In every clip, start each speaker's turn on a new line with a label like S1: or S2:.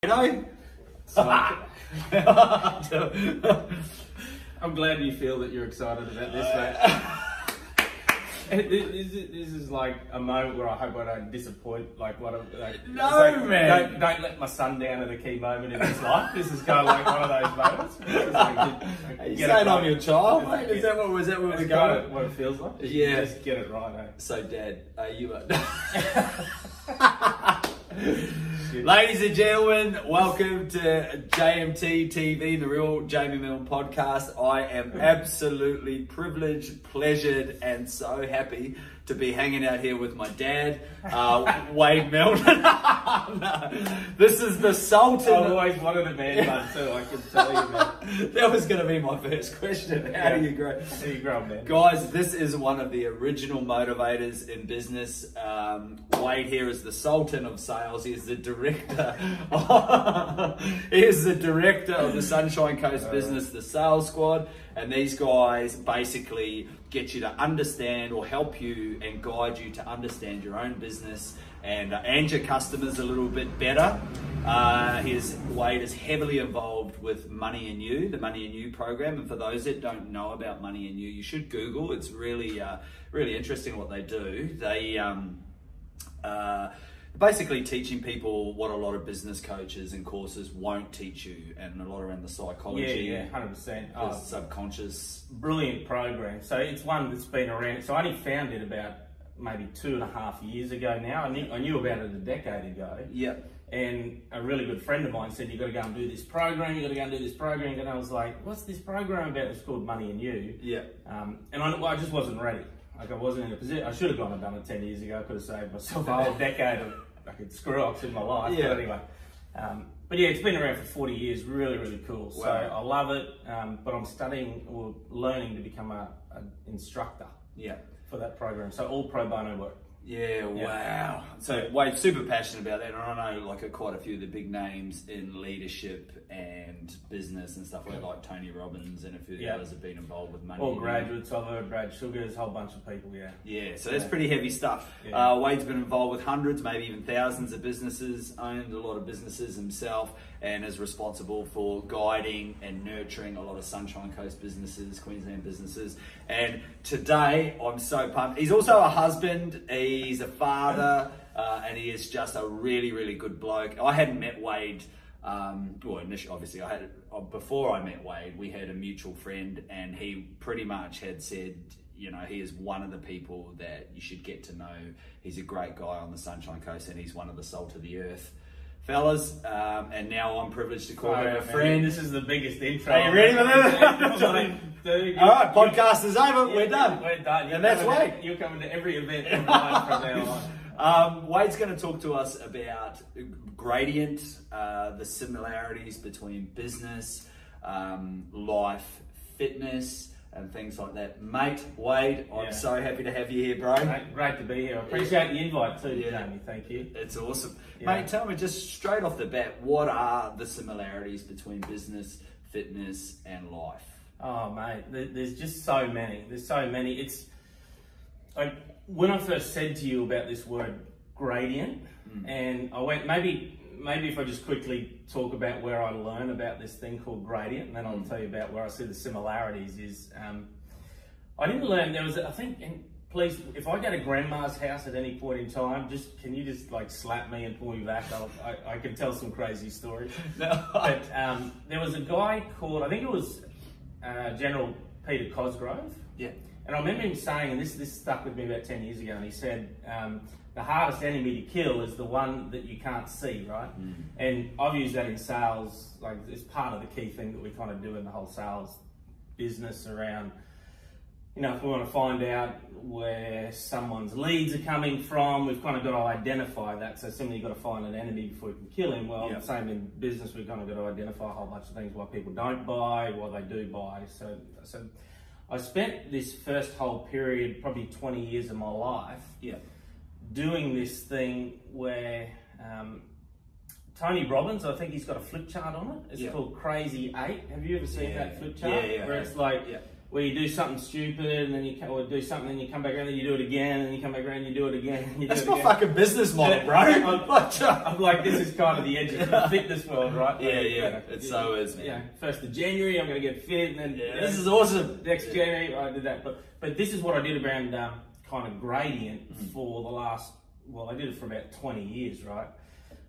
S1: No.
S2: I'm glad you feel that you're excited about this, mate. It- it- This is, this is like a moment where I hope I don't disappoint. Like what? I'm, like,
S1: No,
S2: it's like,
S1: man.
S2: Don't, don't let my son down at a key moment in his life. This is kind of like one of those moments. It's just like,
S1: Are you
S2: get it
S1: saying
S2: right.
S1: I'm your child,
S2: Like,
S1: mate? Is that what was that where
S2: That's
S1: we're
S2: kind
S1: going?
S2: of what it feels like.
S1: Yeah.
S2: Just get it right. Eh?
S1: So, Dad, are you a... Ladies and gentlemen, welcome to JMT TV, the real Jamie Milne podcast. I am absolutely privileged, pleasured, and so happy to be hanging out here with my dad, uh, Wade Milne. No, this is the Sultan.
S2: I've always wanted a man bun too. I can tell you, man.
S1: that was going to be my first question. How do you grow?
S2: There you grow, man.
S1: Guys, this is one of the original motivators in business. Um, Wade here is the sultan of sales. He is the director. he is the director of the Sunshine Coast business, the sales squad, and these guys basically get you to understand or help you and guide you to understand your own business and uh, and your customers a little bit better. Uh, his Wade is heavily involved with Money and You, the Money and You program, and for those that don't know about Money and You, you should Google. It's really uh, really interesting what they do. They um, uh, basically teaching people what a lot of business coaches and courses won't teach you, and a lot around the psychology,
S2: Yeah, Oh. yeah, hundred percent.
S1: the subconscious.
S2: brilliant program. So it's one that's been around. So I only found it about maybe two and a half years ago now. I knew, I knew about it a decade ago.
S1: Yeah,
S2: And a really good friend of mine said, you got to go and do this program, you got to go and do this program. And I was like, what's this program about? It's called Money and You.
S1: yeah,
S2: Um, and I, well, I just wasn't ready. Like I wasn't in a position. I should have gone and done it ten years ago. I could have saved myself a whole decade of fucking screw ups in my life.
S1: Yeah.
S2: But anyway, um, but yeah, it's been around for forty years. Really, really cool. So
S1: Wow.
S2: I love it. Um, but I'm studying or learning to become a, an instructor
S1: yeah.
S2: for that program. So all pro bono work.
S1: Yeah, wow. So Wade's super passionate about that, and I know like quite a few of the big names in leadership and business and stuff like like Tony Robbins and a few
S2: Yeah.
S1: others have been involved with money.
S2: All
S1: and-
S2: graduates of it. Brad Sugars, whole bunch of people. Yeah.
S1: Yeah, so that's pretty heavy stuff.
S2: Yeah.
S1: Uh, Wade's been involved with hundreds, maybe even thousands of businesses, owned a lot of businesses himself, and is responsible for guiding and nurturing a lot of Sunshine Coast businesses, Queensland businesses. And today, I'm so pumped. He's also a husband, he's a father, uh, and he is just a really, really good bloke. I hadn't met Wade. Um, well, initially, obviously, I had uh, before I met Wade, we had a mutual friend, and he pretty much had said, you know, he is one of the people that you should get to know. He's a great guy on the Sunshine Coast, and he's one of the salt of the earth fellas. Um, and now I'm privileged to call him a
S2: Alright, man,
S1: friend.
S2: This is the biggest intro.
S1: Are you ready for that?
S2: Dude,
S1: All right, podcast is over.
S2: Yeah,
S1: We're done.
S2: We're done.
S1: And that's
S2: coming to-
S1: Wade.
S2: You're coming to every event online from now on.
S1: Um, Wade's going to talk to us about gradient, uh, the similarities between business, um, life, fitness, and things like that. Mate, Wade, I'm
S2: Yeah.
S1: so happy to have you here, bro.
S2: Mate, Great to be here. I appreciate the invite too,
S1: Yeah.
S2: Jamie. Thank you.
S1: It's awesome.
S2: Yeah.
S1: Mate, tell me just straight off the bat, what are the similarities between business, fitness, and life?
S2: Oh mate, there- there's just so many. There's so many. It's like when I first said to you about this word gradient, and I went maybe maybe if I just quickly talk about where I learn about this thing called gradient, and then I'll tell you about where I see the similarities. Is um, I didn't learn there was a- I think and please if I go to grandma's house at any point in time, just can you just like slap me and pull me back? I'll, I I can tell some crazy stories.
S1: No.
S2: But um, there was a guy called, I think it was uh, General Peter Cosgrove.
S1: yeah.
S2: And I remember him saying, and this, this stuck with me about 10 years ago, and he said, um, the hardest enemy to kill is the one that you can't see, right? And I've used that in sales, like it's part of the key thing that we kind of do in the whole sales business around, you know, if we want to find out where someone's leads are coming from, we've kind of got to identify that. So similarly, you've got to find an enemy before you can kill him. Well,
S1: Yeah.
S2: same in business, we've kind of got to identify a whole bunch of things why people don't buy, why they do buy. So, so I spent this first whole period, probably 20 years of my life,
S1: Yeah.
S2: doing this thing where um, Tony Robbins, I think he's got a flip chart on it. It's
S1: Yeah.
S2: called Crazy Eight. Have you ever seen
S1: Yeah.
S2: that flip chart?
S1: Yeah, yeah,
S2: Where
S1: yeah.
S2: it's like
S1: Yeah.
S2: where you do something stupid and then you co- or do something and you come back around and you do it again and you come back around and you do it again and you do
S1: That's
S2: it
S1: my
S2: again.
S1: fucking business model, bro.
S2: I'm-
S1: Like, uh,
S2: I'm like, this is kind of the edge of the fitness world, right?
S1: Yeah,
S2: Like,
S1: yeah,
S2: you know,
S1: it
S2: you-
S1: so is, man.
S2: You know, first of January, I'm going to get fit, and then
S1: yeah, this is awesome.
S2: next January I did that. But but this is what I did around um, kind of gradient for the last. Well, I did it for about 20 years, right?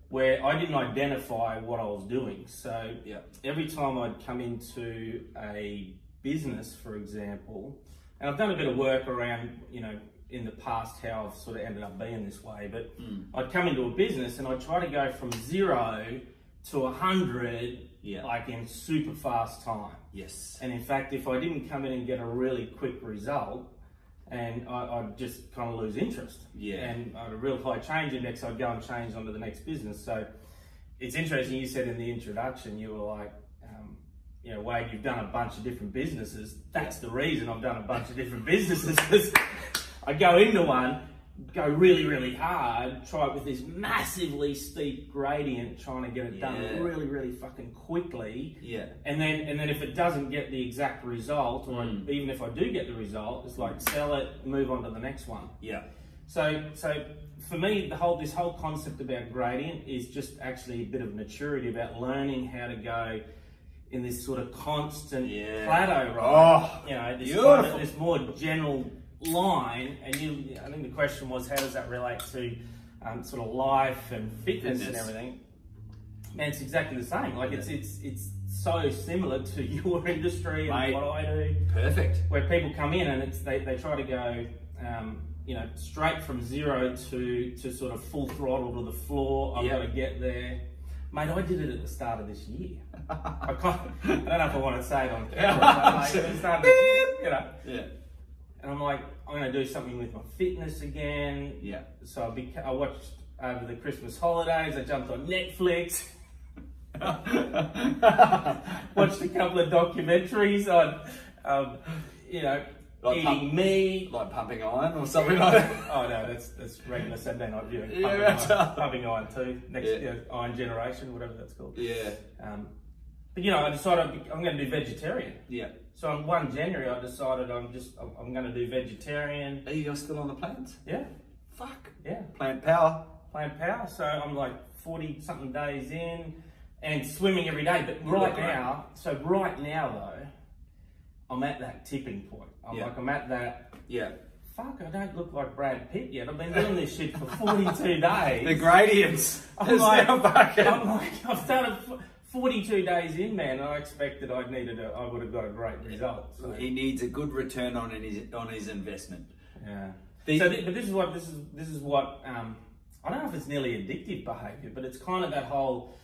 S2: Where I didn't identify what I was doing. So
S1: Yeah.
S2: every time I'd come into a business, for example, and I've done a bit of work around, you know, in the past how I've sort of ended up being this way, but I'd come into a business and I'd try to go from zero to a hundred,
S1: Yeah.
S2: like in super fast time.
S1: Yes.
S2: And in fact, if I didn't come in and get a really quick result, and I, I'd just kind of lose interest.
S1: Yeah.
S2: And I had a real high change index, I'd go and change onto the next business. So it's interesting, you said in the introduction, you were like, um, you know, Wade, you've done a bunch of different businesses. That's the reason I've done a bunch of different businesses. 'cause I go into one, go really, really hard, try it with this massively steep gradient, trying to get it
S1: Yeah.
S2: done really, really fucking quickly.
S1: Yeah.
S2: And then, and then if it doesn't get the exact result, or
S1: Hmm.
S2: even if I do get the result, it's like sell it, move on to the next one.
S1: Yeah.
S2: So, so for me, the whole this whole concept about gradient is just actually a bit of maturity about learning how to go in this sort of constant
S1: Yeah.
S2: plateau, right?
S1: Oh,
S2: you know, this,
S1: beautiful.
S2: kind of- this more general line. And you, I think the question was, how does that relate to um, sort of life and fitness, and
S1: Fitness.
S2: everything? Man, it's exactly the same. Like it's it's it's so similar to your industry and
S1: Mate.
S2: what I do
S1: Perfect.
S2: where people come in and it's they, they try to go um, you know straight from zero to to sort of full throttle to the floor. I've
S1: Yeah.
S2: got to get there. Mate, I did it at the start of this year. I, can't, I don't know if I want to say it on camera, but mate, at the start of this year, you know.
S1: Yeah.
S2: And I'm like, I'm going to do something with my fitness again.
S1: Yeah.
S2: So I, beca- I watched over the Christmas holidays. I jumped on Netflix. watched a couple of documentaries on, um, you know,
S1: Like
S2: eating
S1: pump-
S2: meat.
S1: like pumping iron or something like that.
S2: Oh no, that's that's regular Sunday night viewing.
S1: Yeah,
S2: Pumping
S1: that's-
S2: Iron, Pumping Iron Two, next
S1: Yeah.
S2: yeah, Iron Generation, whatever that's called.
S1: Yeah.
S2: Um, but you know, I decided I'd be- I'm going to do vegetarian.
S1: Yeah.
S2: So on one January, I decided I'm just I'm, I'm going to do vegetarian.
S1: Are you guys still on the plants?
S2: Yeah,
S1: Fuck.
S2: yeah.
S1: Plant power.
S2: playing power. So I'm like 40 something days in and swimming every day. But right
S1: Yeah.
S2: now, so right now though, I'm at that tipping point. I'm
S1: Yeah.
S2: like, I'm at that,
S1: Yeah.
S2: fuck, I don't look like Brad Pitt yet. I've been doing this shit for 42 days.
S1: The gradients.
S2: I'm
S1: Is
S2: like,
S1: now fucking-
S2: I'm like, I've done it for 42 days in, man, and I expected I'd needed a, I would have got a great result. So,
S1: He needs a good return on his on his investment.
S2: yeah.
S1: The-
S2: so, thi- but this is what this is this is what um, I don't know if it's nearly addictive behaviour, but it's kind of that whole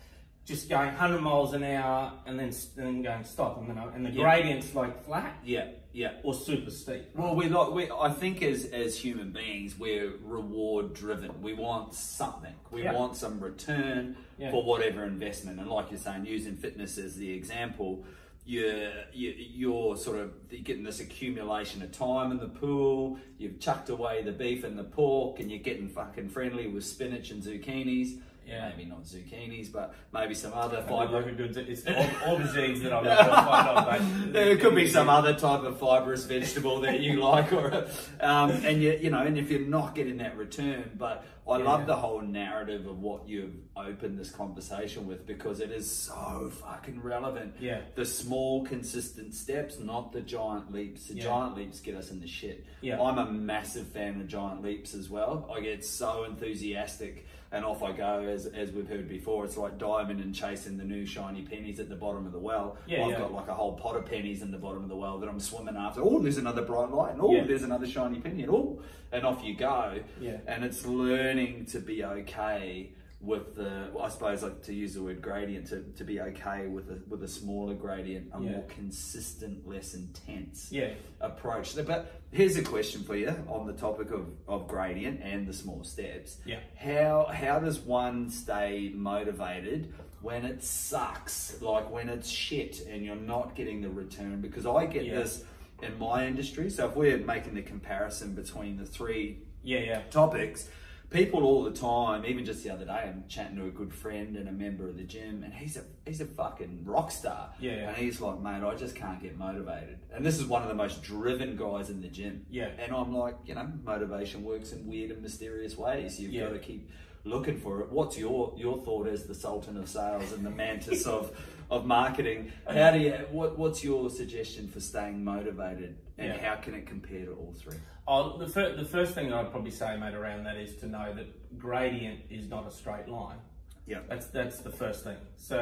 S2: just going 100 miles an hour and then s- and then going stop and then I- and the
S1: Yeah.
S2: gradient's like flat
S1: Yeah. Yeah.
S2: or super steep.
S1: Well, we like we. I think as as human beings, we're reward driven. We want something. We
S2: Yeah.
S1: want some return
S2: Yeah.
S1: for whatever investment. And like you're saying, using fitness as the example, you're you, you're sort of getting this accumulation of time in the pool. You've chucked away the beef and the pork, and you're getting fucking friendly with spinach and zucchinis.
S2: Yeah.
S1: Maybe not zucchinis, but maybe some other
S2: Like,
S1: fiber.
S2: it's, it's all, all the genes that I've got.
S1: There could be some other type of fibrous vegetable that you like, or um, and you you know, and if you're not getting that return, but I love the whole narrative of what you've opened this conversation with because it is so fucking relevant.
S2: Yeah.
S1: the small consistent steps, not the giant leaps. The
S2: Yeah.
S1: giant leaps get us in the shit.
S2: Yeah.
S1: I'm a massive fan of giant leaps as well. I get so enthusiastic. And off I go, as, as we've heard before. It's like diving and chasing the new shiny pennies at the bottom of the well.
S2: Yeah,
S1: I've
S2: yeah.
S1: got like a whole pot of pennies in the bottom of the well that I'm swimming after. Oh, there's another bright light, and oh,
S2: Yeah.
S1: there's another shiny penny, and oh, and off you go.
S2: Yeah.
S1: And it's learning to be okay with the, well, I suppose, like to use the word gradient, to, to be okay with a, with a smaller gradient, a
S2: Yeah.
S1: more consistent, less intense
S2: Yeah.
S1: approach. But here's a question for you on the topic of, of gradient and the small steps.
S2: Yeah.
S1: How how does one stay motivated when it sucks? Like when it's shit and you're not getting the return? Because I get
S2: Yeah.
S1: this in my industry. So if we're making the comparison between the three
S2: Yeah, yeah.
S1: topics, people all the time. Even just the other day, I'm chatting to a good friend and a member of the gym, and he's a he's a fucking rock star.
S2: Yeah, yeah.
S1: And he's like, mate, I just can't get motivated. And this is one of the most driven guys in the gym.
S2: Yeah.
S1: And I'm like, you know, motivation works in weird and mysterious ways. You've
S2: Yeah.
S1: got to keep looking for it. What's your your thought as the Sultan of Sales and the mantis of of marketing? How do you what What's your suggestion for staying motivated, and
S2: Yeah.
S1: how can it compare to all three?
S2: I'll, the, fir- the first thing I'd probably say, mate, around that is to know that gradient is not a straight line.
S1: Yeah.
S2: That's that's the first thing. So,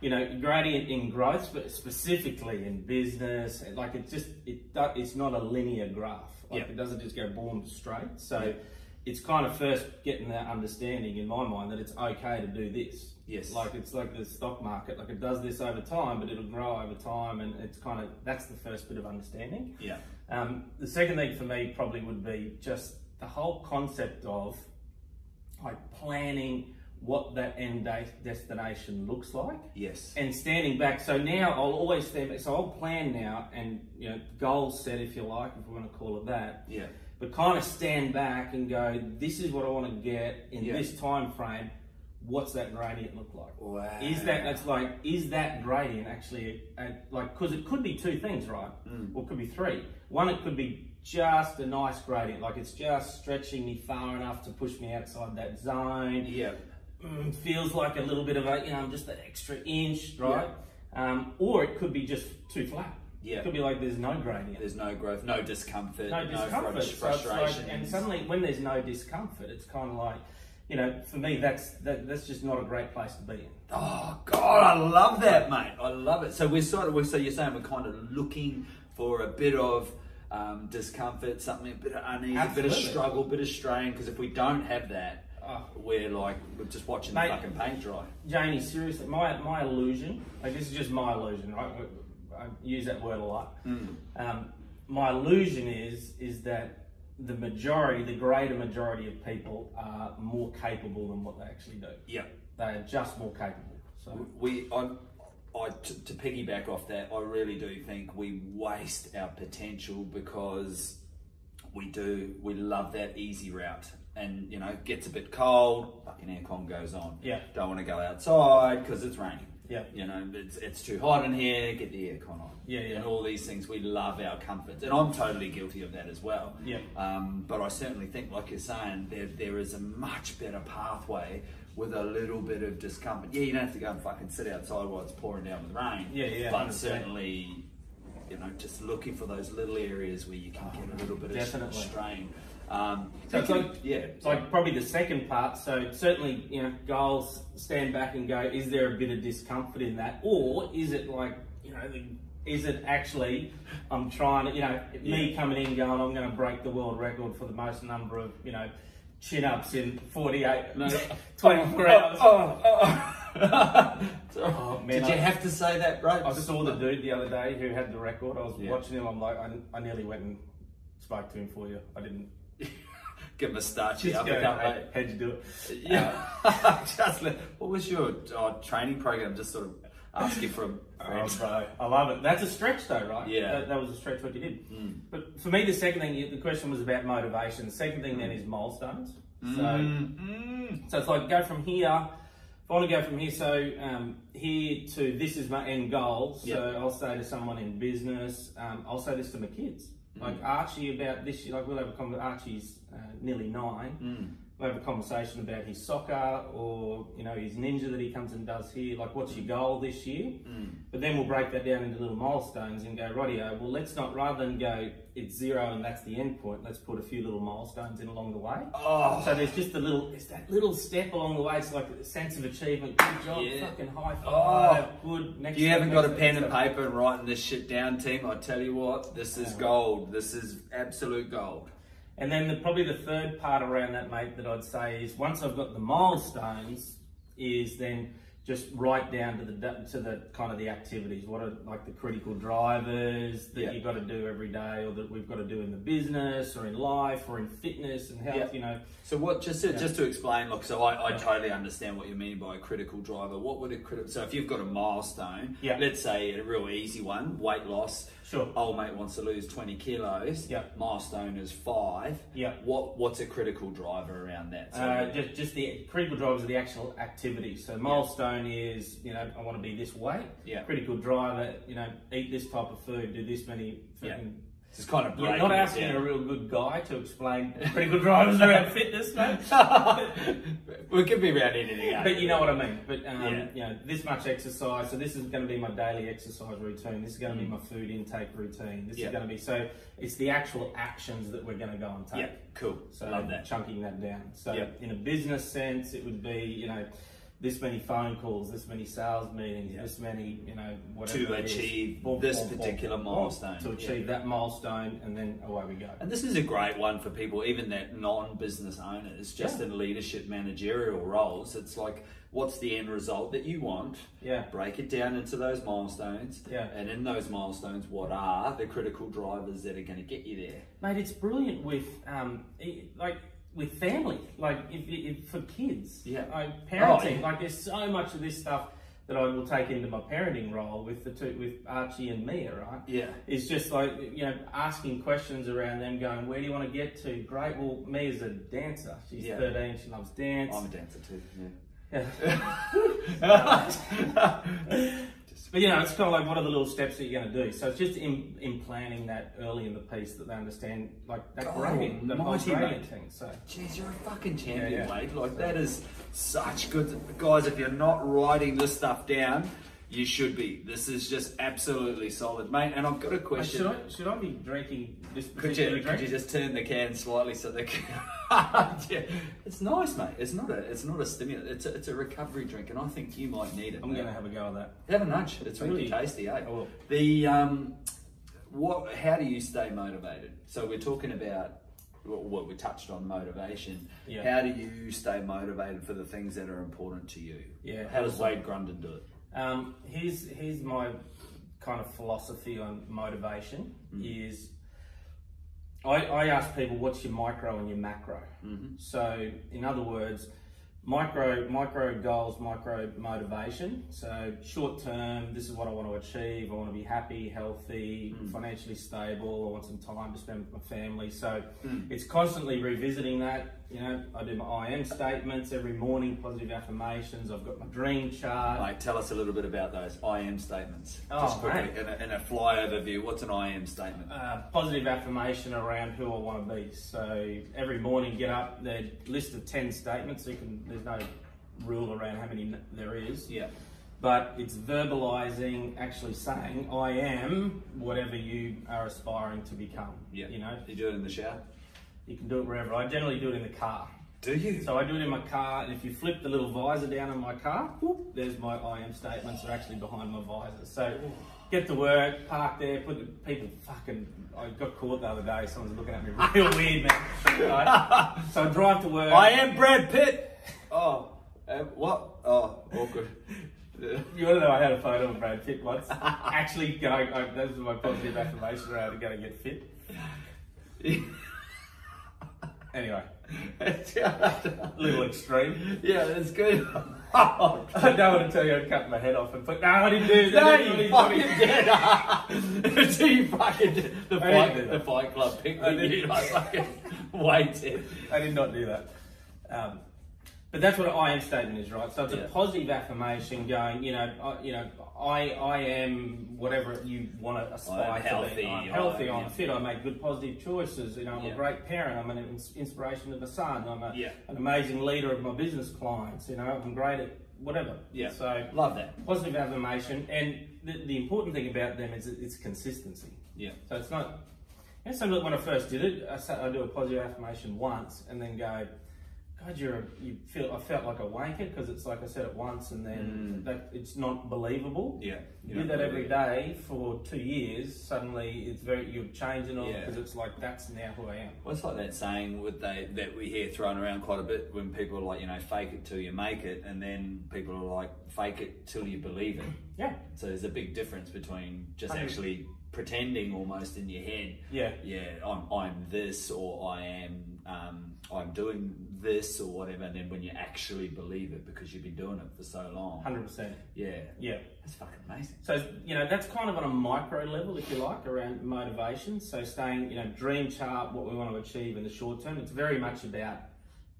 S2: you know, gradient in growth, but specifically in business, and, like it just it do- it's not a linear graph. Like
S1: Yeah.
S2: it doesn't just go boom straight. So, it's kind of first getting that understanding in my mind that it's okay to do this.
S1: Yes.
S2: Like it's like the stock market. Like it does this over time, but it'll grow over time, and it's kind of that's the first bit of understanding.
S1: Yeah.
S2: Um, the second thing for me probably would be just the whole concept of like planning what that end date destination looks like
S1: Yes.
S2: and standing back. So now I'll always stand back. So I'll plan now and you know goal set if you like, if we want to call it that.
S1: Yeah.
S2: But kind of stand back and go, this is what I want to get in
S1: Yeah.
S2: this time frame. What's that gradient look like?
S1: Wow.
S2: Is that that's like is that gradient actually uh like because it could be two things, right?
S1: Mm.
S2: Or it could be three. One, it could be just a nice gradient, like it's just stretching me far enough to push me outside that zone.
S1: Yeah.
S2: Mm, feels like a little bit of a you know I'm just that extra inch, right? Um, or it could be just too flat.
S1: Yeah.
S2: It could be like there's no gradient.
S1: There's no growth, no discomfort,
S2: no discomfort. So it's like-
S1: frustration.
S2: and suddenly, when there's no discomfort, it's kind of like, you know, for me, that's that, that's just not a great place to be in.
S1: Oh God, I love that, mate. I love it. So we're sort of, we're, so you're saying we're kind of looking for a bit of um, discomfort, something a bit of unease, a bit
S2: Absolutely.
S1: of struggle, a bit of strain. Because if we don't have that,
S2: Oh.
S1: we're like we're just watching
S2: Mate.
S1: the fucking paint dry.
S2: Janie, seriously, my my illusion, like this is just my illusion, right? I, I use that word a lot. Um, my illusion is is that the majority, the greater majority of people are more capable than what they actually do.
S1: Yeah.
S2: They are just more capable. So
S1: We, I, I t- to piggyback off that, I really do think we waste our potential because we do, we love that easy route. And, you know, it gets a bit cold, fucking aircon goes on.
S2: Yeah.
S1: Don't want to go outside because it's raining.
S2: Yeah.
S1: You know, it's, it's too hot in here, get the aircon on.
S2: Yeah, yeah.
S1: And all these things, we love our comforts. And I'm totally guilty of that as well.
S2: Yeah.
S1: Um, but I certainly think, like you're saying, there, there is a much better pathway with a little bit of discomfort. Yeah, you don't have to go and fucking sit outside while it's pouring down with rain.
S2: Yeah, yeah,
S1: But
S2: 100%.
S1: certainly, you know, just looking for those little areas where you can get a little bit
S2: Definitely.
S1: of strain. Um,
S2: So it's
S1: thinking-
S2: like-
S1: yeah,
S2: it's like probably the second part. So certainly, you know, goals stand back and go, is there a bit of discomfort in that, or is it like, you know, the, is it actually I'm trying to, you know, me
S1: Yeah.
S2: coming in going, I'm going to break the world record for the most number of, you know, chin ups in 48, no, 24 hours.
S1: Oh, oh, oh.
S2: Oh, man,
S1: Did you
S2: I-
S1: have to say that, bro?
S2: I saw the dude the other day who had the record. I was
S1: Yeah.
S2: watching him. I'm like, I, I nearly went and spoke to him for you. I didn't.
S1: Give him a starchy
S2: Just go,
S1: uppercut,
S2: "Hey,
S1: mate.
S2: how'd you do it?
S1: Yeah. just let, what was your uh, training program? Just sort of asking for a
S2: Oh,
S1: friend.
S2: bro, I love it. That's a stretch, though, right?
S1: Yeah.
S2: That, that was a stretch what you did. But for me, the second thing, the question was about motivation. The second thing then is milestones. So,
S1: Mm.
S2: so it's like go from here. If I want to go from here, so um, here to this is my end goal. So
S1: Yeah.
S2: I'll say to someone in business, um, I'll say this to my kids. Like Archie about this year, like we'll have a conversation. Archie's uh, nearly nine. We'll have a conversation about his soccer or you know his ninja that he comes and does here. Like, what's your goal this year? But then we'll break that down into little milestones and go, rightio, well, let's not rather than go it's zero and that's the end point. Let's put a few little milestones in along the way.
S1: Oh,
S2: So there's just a little, it's that little step along the way. It's like a sense of achievement. Good job,
S1: Yeah. Oh.
S2: fucking high five. good. Next.
S1: you
S2: step,
S1: haven't got a
S2: next
S1: pen
S2: step,
S1: and
S2: next step.
S1: paper and writing this shit down, team. I tell you what, this
S2: Oh.
S1: is gold. This is absolute gold.
S2: And then the, probably the third part around that, mate, that I'd say is once I've got the milestones, is then just right down to the d- to the kind of the activities. What are like the critical drivers that
S1: Yeah.
S2: you've got to do every day, or that we've got to do in the business, or in life, or in fitness and health.
S1: Yeah.
S2: You know,
S1: So what? Just to, just to explain, look. So I, I totally understand what you mean by a critical driver. What would a critical? So if you've got a milestone,
S2: Yeah.
S1: Let's say a real easy one, weight loss.
S2: Sure.
S1: Old mate wants to lose twenty kilos.
S2: Yeah.
S1: Milestone is five.
S2: Yeah.
S1: What What's a critical driver around that? So
S2: Uh, just, just the critical drivers are the actual activities. So milestone is, you know, I want to be this weight.
S1: Yeah.
S2: Critical driver, you know, eat this type of food, do this many.
S1: Yeah.
S2: fucking-
S1: it's kind of
S2: You're
S1: breaking
S2: not
S1: it
S2: asking
S1: down.
S2: a real good guy to explain critical drivers around fitness, mate.
S1: we could be around anything. eh?
S2: But you know what I mean. But um,
S1: Yeah.
S2: you know, this much exercise. So this is going to be my daily exercise routine. This is going to be my food intake routine. This
S1: Mm. Yeah.
S2: is going to be so. It's the actual actions that we're going to go and take.
S1: Yeah. Cool.
S2: So
S1: Love that.
S2: chunking that down. So
S1: Yeah.
S2: in a business sense, it would be you know this many phone calls, this many sales meetings,
S1: Yeah.
S2: this many you know whatever
S1: To
S2: it is.
S1: achieve this particular milestone.
S2: to achieve that milestone, and then away we go.
S1: And this is a great one for people, even that non-business owners, just
S2: Yeah.
S1: in leadership managerial roles. It's like, what's the end result that you want?
S2: Yeah.
S1: Break it down into those milestones.
S2: Yeah.
S1: And in those milestones, what are the critical drivers that are going to get you there?
S2: Mate, it's brilliant with um, i- like with family, like if, if for kids,
S1: Yeah.
S2: like
S1: Oh,
S2: parenting.
S1: yeah.
S2: Like there's so much of this stuff that I will take into my parenting role with the two with Archie and Mia, right?
S1: Yeah.
S2: It's just like you know asking questions around them, going, "Where do you want to get to?" Great. Well, Mia's a dancer. She's
S1: Yeah.
S2: 13. She loves dance.
S1: I'm a dancer too.
S2: Yeah.
S1: Yeah.
S2: But you know, it's kind of like what are the little steps that you're going to do? So it's just in, implanting that early in the piece that they understand, like that
S1: God
S2: gradient, the whole
S1: almighty,
S2: gradient
S1: Oh, mate.
S2: thing. So.
S1: Jeez, you're a fucking champion,
S2: Yeah, yeah.
S1: mate. Like that is such good guys. If you're not writing this stuff down, you should be. This is just absolutely solid, mate. And I've got a
S2: Uh,
S1: question.
S2: Should I, should I be drinking this
S1: Could
S2: particular
S1: you, could
S2: drink?
S1: you just turn the can slightly so they can? yeah. It's nice, mate. It's not a it's not a stimulant. It's a, it's a recovery drink, and I think you might need it.
S2: I'm
S1: mate.
S2: going to have a go at that.
S1: have a nudge. It's really
S2: Really?
S1: tasty, eh?
S2: I will.
S1: The um, what? How do you stay motivated? So we're talking about what well, we touched on motivation.
S2: Yeah.
S1: How do you stay motivated for the things that are important to you?
S2: Yeah.
S1: How does Wade Grundon do it?
S2: Um, here's, here's my kind of philosophy on motivation is I, I ask people what's your micro and your macro. So in other words, micro micro goals, micro motivation. So short term, this is what I want to achieve. I want to be happy, healthy, financially stable. I want some time to spend with my family. So it's constantly revisiting that. You know, I do my I am statements every morning, positive affirmations. I've got my dream chart.
S1: Mate, tell us a little bit about those I am statements.
S2: Oh,
S1: Just quickly,
S2: mate.
S1: in a, in a flyover view, what's an I am statement?
S2: uh, positive affirmation around who I want to be. So every morning, get up, the list of 10 statements. You can, there's no rule around how many n- there is.
S1: yeah.
S2: But it's verbalizing, actually saying, I am whatever you are aspiring to become.
S1: Yeah.
S2: You know,
S1: You do it in the shower.
S2: you can do it wherever. I generally do it in the car.
S1: Do you?
S2: So I do it in my car, and if you flip the little visor down on my car, whoop, there's my I am statements are actually behind my visor. So get to work, park there, put the people fucking. I got caught the other day, someone's looking at me real weird, man. Right? So I drive to work.
S1: I am Brad Pitt. Oh, uh, what? Oh, awkward.
S2: You want to know? I had a photo of Brad Pitt once. Actually, going. I, that was my positive affirmation around going to get fit. Anyway, a little extreme.
S1: yeah, that's good.
S2: I don't want to tell you I cut my head off and put. No, I didn't do
S1: No,
S2: that. I
S1: you fucking
S2: didn't do it.
S1: did. you fucking did. The
S2: I didn't
S1: fight,
S2: do
S1: the
S2: that.
S1: fight club picked
S2: I didn't.
S1: you like fucking waited.
S2: I did not do that. Um, but that's what an I am statement is, right? So it's
S1: Yeah.
S2: a positive affirmation going, you know, I, you know, I, I am whatever you want to aspire
S1: I'm
S2: to
S1: healthy,
S2: be. I'm
S1: I-
S2: healthy,
S1: yeah.
S2: I'm fit, I make good positive choices, you know, I'm
S1: Yeah.
S2: a great parent, I'm an ins- inspiration to my son, I'm a,
S1: Yeah.
S2: an amazing leader of my business clients, you know, I'm great at whatever.
S1: Yeah,
S2: So
S1: love that.
S2: positive affirmation, and the, the important thing about them is it's consistency.
S1: Yeah.
S2: So it's not. You know, so look, when I first did it, I, sat, I do a positive affirmation once and then go, God, you're a, you feel I felt like a wanker because it's like I said it once and then that it's not believable.
S1: Yeah.
S2: Mm. You did that every day for two years. Suddenly, it's very you're changing all
S1: Yeah.
S2: because it's like that's now who I am.
S1: Well, it's like that saying with they that we hear thrown around quite a bit when people are like, you know, fake it till you make it, and then people are like, fake it till you believe it.
S2: Yeah,
S1: So there's a big difference between just
S2: Hundred.
S1: actually pretending almost in your head.
S2: yeah,
S1: Yeah, I'm I'm this, or I am um, I'm doing this, or whatever, and then when you actually believe it because you've been doing it for so long.
S2: hundred percent.
S1: Yeah,
S2: Yeah.
S1: that's fucking amazing.
S2: So you know that's kind of on a micro level, if you like, around motivation. So staying, you know, dream chart, what we want to achieve in the short term. It's very much about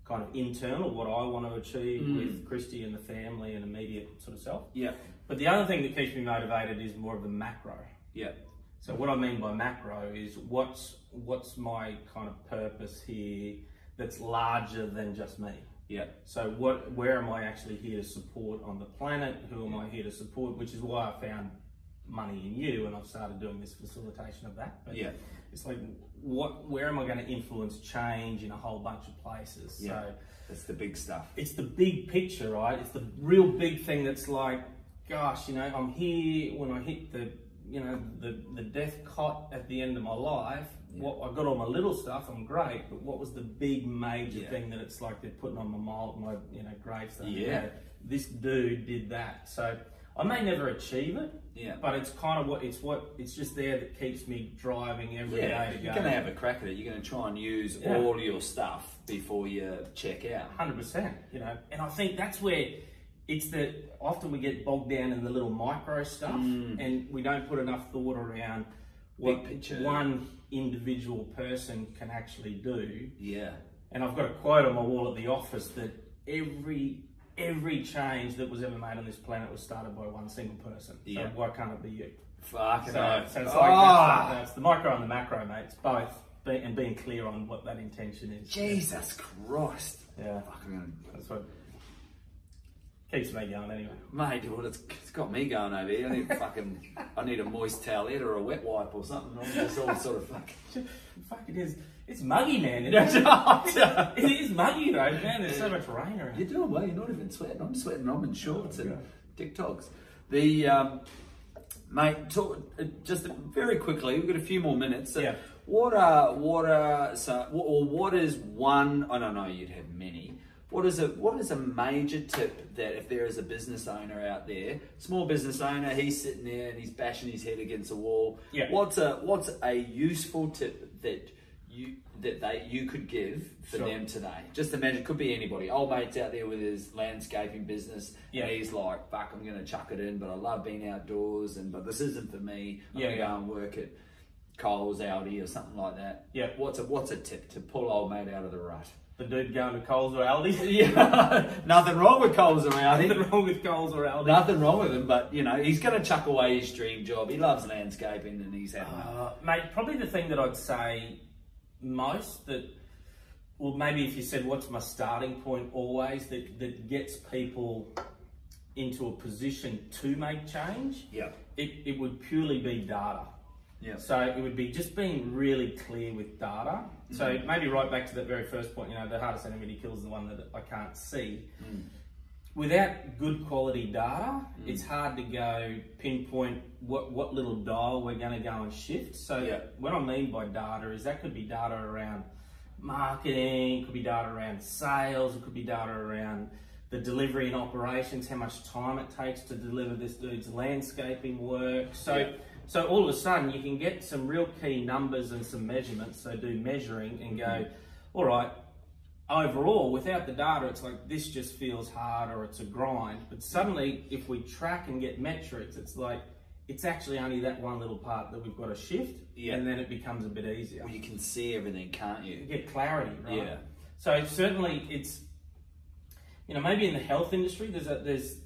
S2: kind of internal, what I want to achieve with Christy and the family and immediate sort of self.
S1: Yeah,
S2: But the other thing that keeps me motivated is more of the macro.
S1: yeah,
S2: So what I mean by macro is what's what's my kind of purpose here that's larger than just me.
S1: yeah,
S2: So what where am I actually here to support on the planet? Who am I here to support? Which is why I found money in you and I've started doing this facilitation of that. But
S1: Yeah.
S2: it's like what where am I going to influence change in a whole bunch of places?
S1: yeah.
S2: So
S1: That's the big stuff.
S2: it's the big picture, right? It's the real big thing that's like, gosh, you know, I'm here when I hit the, you know, the, the death cot at the end of my life. What I got all my little stuff, I'm great, but what was the big major
S1: Yeah.
S2: thing that it's like they're putting on my mile, my you know gravestone? you
S1: Yeah.
S2: know, this dude did that, so I may never achieve it.
S1: Yeah.
S2: but it's kind of what it's what it's just there that keeps me driving every day
S1: Yeah,
S2: to
S1: you're
S2: go.
S1: going to have a crack at it. You're going to try and use
S2: Yeah.
S1: all your stuff before you check out.
S2: hundred percent. You know, and I think that's where it's the often we get bogged down in the little micro stuff, and we don't put enough thought around what
S1: Mm. Big picture.
S2: one individual person can actually do.
S1: Yeah,
S2: And I've got a quote on my wall at the office that every every change that was ever made on this planet was started by one single person. So
S1: Yeah.
S2: why can't it be you?
S1: fucking
S2: So,
S1: hell.
S2: so it's like that's,
S1: Ah,
S2: that's the micro and the macro, mate. It's both, be, and being clear on what that intention is.
S1: Jesus Christ.
S2: Yeah.
S1: Fucking
S2: That's what keeps me going anyway.
S1: mate, well, it's, it's got me going over here. I need fucking, I need a moist towelette or a wet wipe or something. I'm just all sort of fucking.
S2: Fuck, it is. It's muggy, man. It is,
S1: You're
S2: it is muggy, though, man. There's so much rain around.
S1: doing well. You're not even sweating. I'm sweating. I'm in shorts and TikToks. The um, mate, talk, uh, just very quickly. We've got a few more minutes. So
S2: Yeah.
S1: What are what are so wh- or what is one? I don't know. You'd have many. What is a what is a major tip that if there is a business owner out there, small business owner, he's sitting there and he's bashing his head against the wall.
S2: Yeah.
S1: What's a what's a useful tip that you that they you could give for
S2: Sure.
S1: them today? Just imagine, could be anybody. Old mate's out there with his landscaping business.
S2: Yeah.
S1: And he's like, fuck, I'm going to chuck it in, but I love being outdoors, and but this isn't for me. I'm
S2: Yeah,
S1: going to
S2: yeah.
S1: go and work at Coles, Audi, or something like that.
S2: Yeah.
S1: What's a what's a tip to pull old mate out of the rut?
S2: The dude going to Coles or Aldi.
S1: Yeah, nothing wrong with Coles or Audi.
S2: Nothing wrong with Coles or Aldi.
S1: Nothing wrong with him, but you know he's going to chuck away his dream job. He loves landscaping, and he's having.
S2: Uh, mate, probably the thing that I'd say most that, well, maybe if you said, what's my starting point always, that, that gets people into a position to make change,
S1: yeah,
S2: it, it would purely be data.
S1: yeah,
S2: So it would be just being really clear with data. So maybe right back to that very first point, you know, the hardest enemy to kill is the one that I can't see. Without good quality
S1: Mm.
S2: data, it's hard to go pinpoint what, what little dial we're going to go and shift. So
S1: Yeah.
S2: what I mean by data is that could be data around marketing, could be data around sales, it could be data around the delivery and operations, how much time it takes to deliver this dude's landscaping work. So
S1: Yeah.
S2: so all of a sudden you can get some real key numbers and some measurements, so do measuring
S1: Mm.
S2: and go, all right, overall without the data it's like this just feels hard or it's a grind. But suddenly if we track and get metrics, it's like it's actually only that one little part that we've got to shift
S1: Yeah.
S2: and then it becomes a bit easier.
S1: You can see everything, can't you?
S2: You get clarity, right?
S1: Yeah.
S2: So certainly it's you know maybe in the health industry there's a there's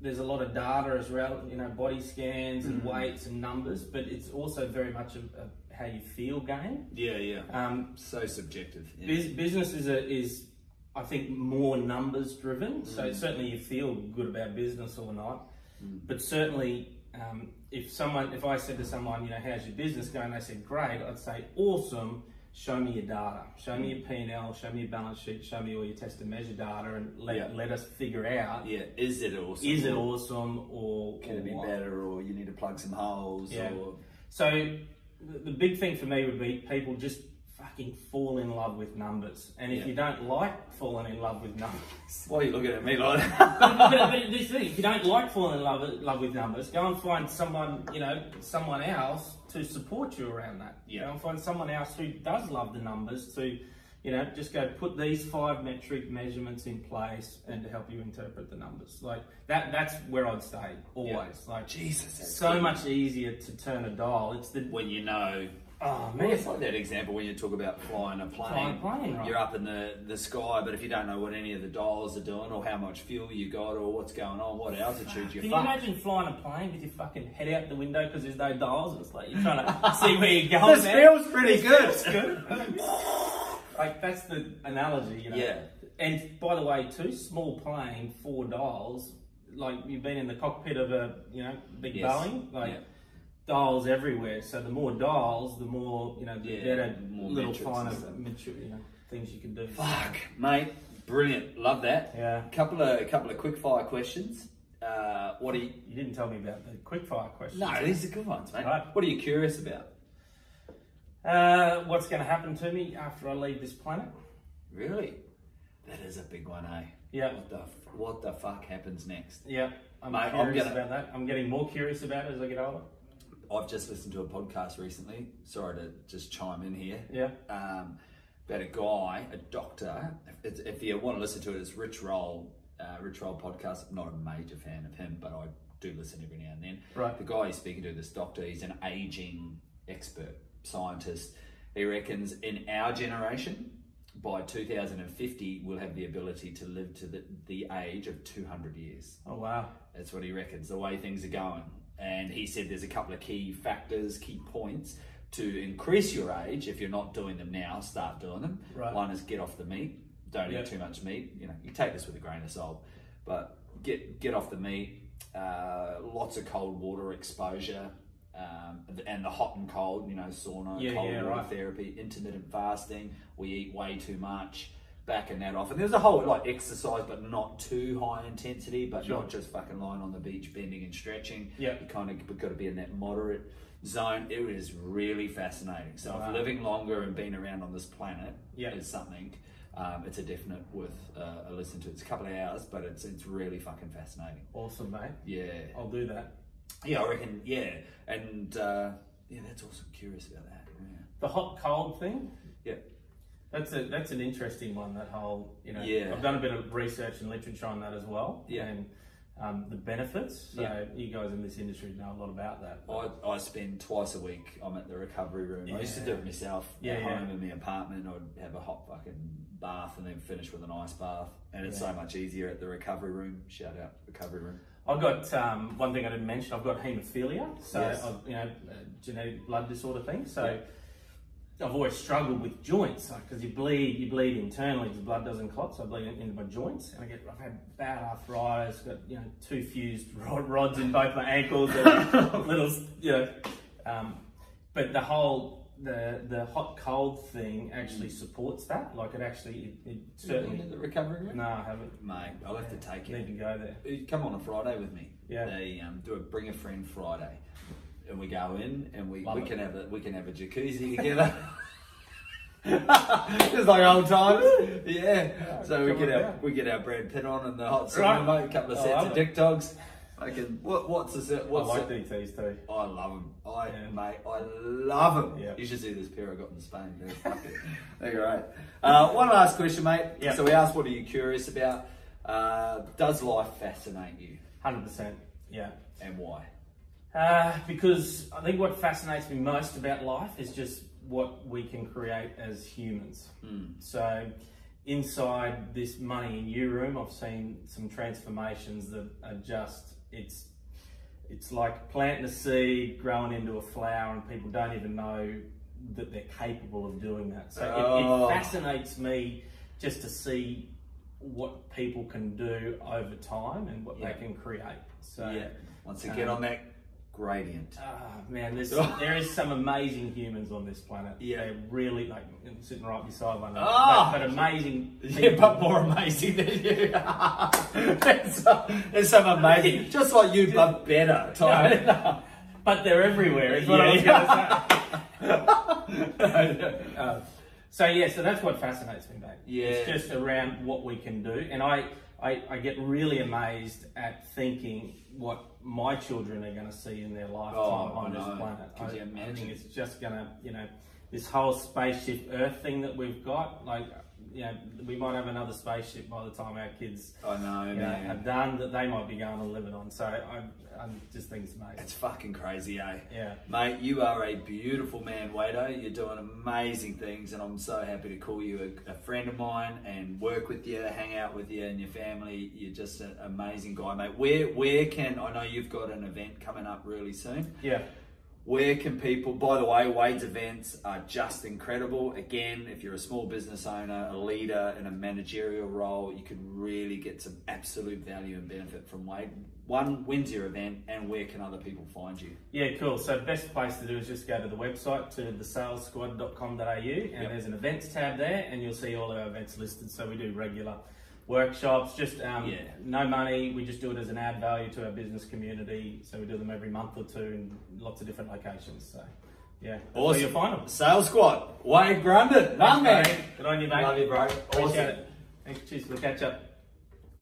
S2: there's a lot of data as well you know body scans
S1: Mm.
S2: and weights and numbers but it's also very much a, a how you feel game
S1: Yeah, yeah.
S2: um,
S1: So subjective. Yeah.
S2: bus- business is a, is I think more numbers driven
S1: Mm.
S2: so certainly you feel good about business or not
S1: Mm.
S2: but certainly um, if someone if I said to someone you know how's your business going they said great I'd say awesome show me your data, show me
S1: Mm.
S2: your P and L, show me your balance sheet, show me all your test and measure data, and let
S1: Yeah.
S2: let us figure out
S1: Yeah, is it awesome?
S2: is it awesome or
S1: Can
S2: or
S1: it be
S2: what?
S1: better, or you need to plug some holes?
S2: Yeah.
S1: Or
S2: So the, the big thing for me would be people just fucking fall in love with numbers, and if
S1: Yeah.
S2: you don't like falling in love with numbers.
S1: why are you looking at me like that?
S2: but, but this is the thing, if you don't like falling in love, love with numbers, go and find someone, you know, someone else to support you around that.
S1: Yeah.
S2: Go and find someone else who does love the numbers to, you know, just go put these five metric measurements in place and to help you interpret the numbers. Like that, that's where I'd stay always. Like
S1: Jesus, that's
S2: so
S1: good.
S2: much easier to turn a dial. It's the
S1: when you know.
S2: oh
S1: I mean,
S2: man,
S1: it's like that example when you talk about flying a plane.
S2: Flying a plane, right.
S1: You're up in the, the sky, but if you don't know what any of the dials are doing, or how much fuel you got, or what's going on, what altitude you're
S2: Can you
S1: fucked.
S2: imagine flying a plane with your fucking head out the window because there's no dials? It's like you're trying to see where you're going. man.
S1: pretty
S2: It's good. like that's the analogy, you know.
S1: Yeah.
S2: And by the way, too small plane, four dials. Like you've been in the cockpit of a you know big
S1: Yes.
S2: Boeing, like
S1: Yeah.
S2: dials everywhere. So the more dials, the more you know, the
S1: Yeah,
S2: better
S1: more
S2: little
S1: metrics and
S2: finer
S1: stuff.
S2: metri- you know, things you can do.
S1: Fuck, mate, brilliant. Love that.
S2: Yeah.
S1: Couple of couple of quick fire questions. Uh, what are you?
S2: You didn't tell me about the quickfire question.
S1: No, these are good ones, mate.
S2: Right.
S1: What are you curious about?
S2: Uh, what's going to happen to me after I leave this planet?
S1: Really? That is a big one, eh?
S2: Yeah.
S1: What the f- What the fuck happens next?
S2: Yeah, I'm
S1: Mate, I'm
S2: curious
S1: gonna-
S2: about that. I'm getting more curious about it as I get older.
S1: I've just listened to a podcast recently. Sorry to just chime in here.
S2: Yeah.
S1: Um, about a guy, a doctor. If, if you want to listen to it, it's Rich Roll, uh, Rich Roll podcast. I'm not a major fan of him, but I do listen every now and then.
S2: Right.
S1: The guy he's speaking to, this doctor, he's an aging expert scientist. He reckons in our generation, by 2050, we'll have the ability to live to the, the age of 200 years.
S2: Oh wow.
S1: That's what he reckons, the way things are going. And he said there's a couple of key factors, key points to increase your age. If you're not doing them now, start doing them.
S2: Right.
S1: One is get off the meat. Don't
S2: Yeah.
S1: eat too much meat. You know, you take this with a grain of salt, but get get off the meat. Uh, lots of cold water exposure, um, and the hot and cold. You know, sauna,
S2: Yeah,
S1: cold
S2: yeah,
S1: water
S2: right.
S1: therapy, intermittent fasting. We eat way too much. Backing that off, and there's a whole like exercise, but not too high intensity, but
S2: Sure.
S1: not just fucking lying on the beach, bending and stretching.
S2: Yeah.
S1: you kind of got to be in that moderate zone. It is really fascinating. So
S2: Wow.
S1: if living longer and being around on this planet
S2: Yeah.
S1: is something, um, it's a definite worth uh, a listen to. It's a couple of hours, but it's it's really fucking fascinating.
S2: Awesome, mate.
S1: Yeah,
S2: I'll do that.
S1: yeah, I reckon. Yeah, and uh, yeah, that's awesome. Curious about that.
S2: The hot cold thing.
S1: Yeah.
S2: That's a that's an interesting one. That whole you know.
S1: Yeah.
S2: I've done a bit of research and literature on that as well.
S1: Yeah.
S2: And um, the benefits. So
S1: Yeah.
S2: you guys in this industry know a lot about that.
S1: I, I spend twice a week. I'm at the recovery room. I used to do it myself
S2: Yeah,
S1: at
S2: yeah.
S1: home in my apartment. I'd have a hot fucking bath and then finish with an ice bath. And it's so much easier at the recovery room. Shout out recovery room.
S2: I've got um, one thing I didn't mention. I've got haemophilia, so
S1: Yes.
S2: I've, you know, a genetic blood disorder thing. So I've always struggled with joints because you bleed, you bleed internally. The blood doesn't clot, so I bleed in- into my joints, and I get I've had bad arthritis. Got you know two fused rod, rods in both my ankles, and little you know. Um, but the whole the the hot cold thing actually
S1: Mm.
S2: supports that. Like it actually it, it
S1: Certainly
S2: certainly.
S1: at the recovery room.
S2: No, I haven't.
S1: Mate, I'll have to take
S2: Need to
S1: you.
S2: go there.
S1: You Come on a Friday with me.
S2: Yeah.
S1: They um, do a bring a friend Friday, and we go in and we,
S2: Love
S1: we
S2: it.
S1: can have a we can have a jacuzzi together. Just like old times, yeah. So we
S2: come
S1: get
S2: on
S1: our
S2: down.
S1: we get our Brad Pitt on and the hot
S2: Right.
S1: sauna, mate. A couple of
S2: I
S1: sets
S2: love
S1: of
S2: it.
S1: dick dogs. Fucking what? What's the set?
S2: I
S1: What's
S2: like
S1: the,
S2: DTs too.
S1: I love them. I
S2: Yeah.
S1: mate, I love them.
S2: Yeah.
S1: You should see this pair I got in Spain. They're, fucking- they're great. Uh, one last question, mate.
S2: Yeah.
S1: So we asked, what are you curious about? Uh, does life fascinate you,
S2: Hundred percent. Yeah.
S1: and why?
S2: Uh, because I think what fascinates me most about life is just what we can create as humans.
S1: Hmm.
S2: So, inside this money in you room, I've seen some transformations that are just it's it's like planting a seed, growing into a flower, and people don't even know that they're capable of doing that. So
S1: Oh.
S2: it, it fascinates me just to see what people can do over time and what
S1: Yeah.
S2: they can create. So Uh,
S1: yeah. Once again, on that gradient.
S2: Ah man, there's there is some amazing humans on this planet.
S1: Yeah.
S2: They're really like I'm sitting right beside one. another.
S1: Ah!
S2: but, but amazing.
S1: Yeah,
S2: people.
S1: but more amazing than you. there's, some, there's some amazing, just like you, but better. Type.
S2: But they're everywhere. Is what I was going to say. Uh, so yeah, so that's what fascinates me, mate. It's
S1: Yeah.
S2: just around what we can do, and I, I, I get really amazed at thinking what my children are going to see in their lifetime
S1: Oh,
S2: on
S1: no.
S2: this planet.
S1: Could you
S2: I, I
S1: imagine?
S2: think it's just going to, you know, this whole spaceship Earth thing that we've got, like. You know, we might have another spaceship by the time our kids
S1: I know,
S2: you know,
S1: Oh, man.
S2: have done that they might be going and living on. So I, I just think it's amazing.
S1: It's fucking crazy, eh?
S2: Yeah.
S1: Mate, you are a beautiful man, Wado. You're doing amazing things, and I'm so happy to call you a, a friend of mine and work with you, hang out with you and your family. You're just an amazing guy, mate. Where where can I know you've got an event coming up really soon?
S2: Yeah.
S1: Where can people? By the way, Wade's events are just incredible. Again, if you're a small business owner, a leader in a managerial role, you can really get some absolute value and benefit from Wade. One, when's your event, and where can other people find you?
S2: Yeah, cool. So best place to do is just go to the website to thesalessquad.com.au and there's an events tab there and you'll see all our events listed. So we do regular workshops, just um,
S1: Yeah.
S2: no money. We just do it as an add value to our business community. So we do them every month or two in lots of different locations. So yeah, that's where you'll find them.
S1: Sales Squad, Wade Grundon. Love,
S2: Thanks,
S1: man.
S2: mate. Good on you, mate.
S1: Love you, bro.
S2: Appreciate
S1: Awesome.
S2: it. Thanks. Cheers for the catch up.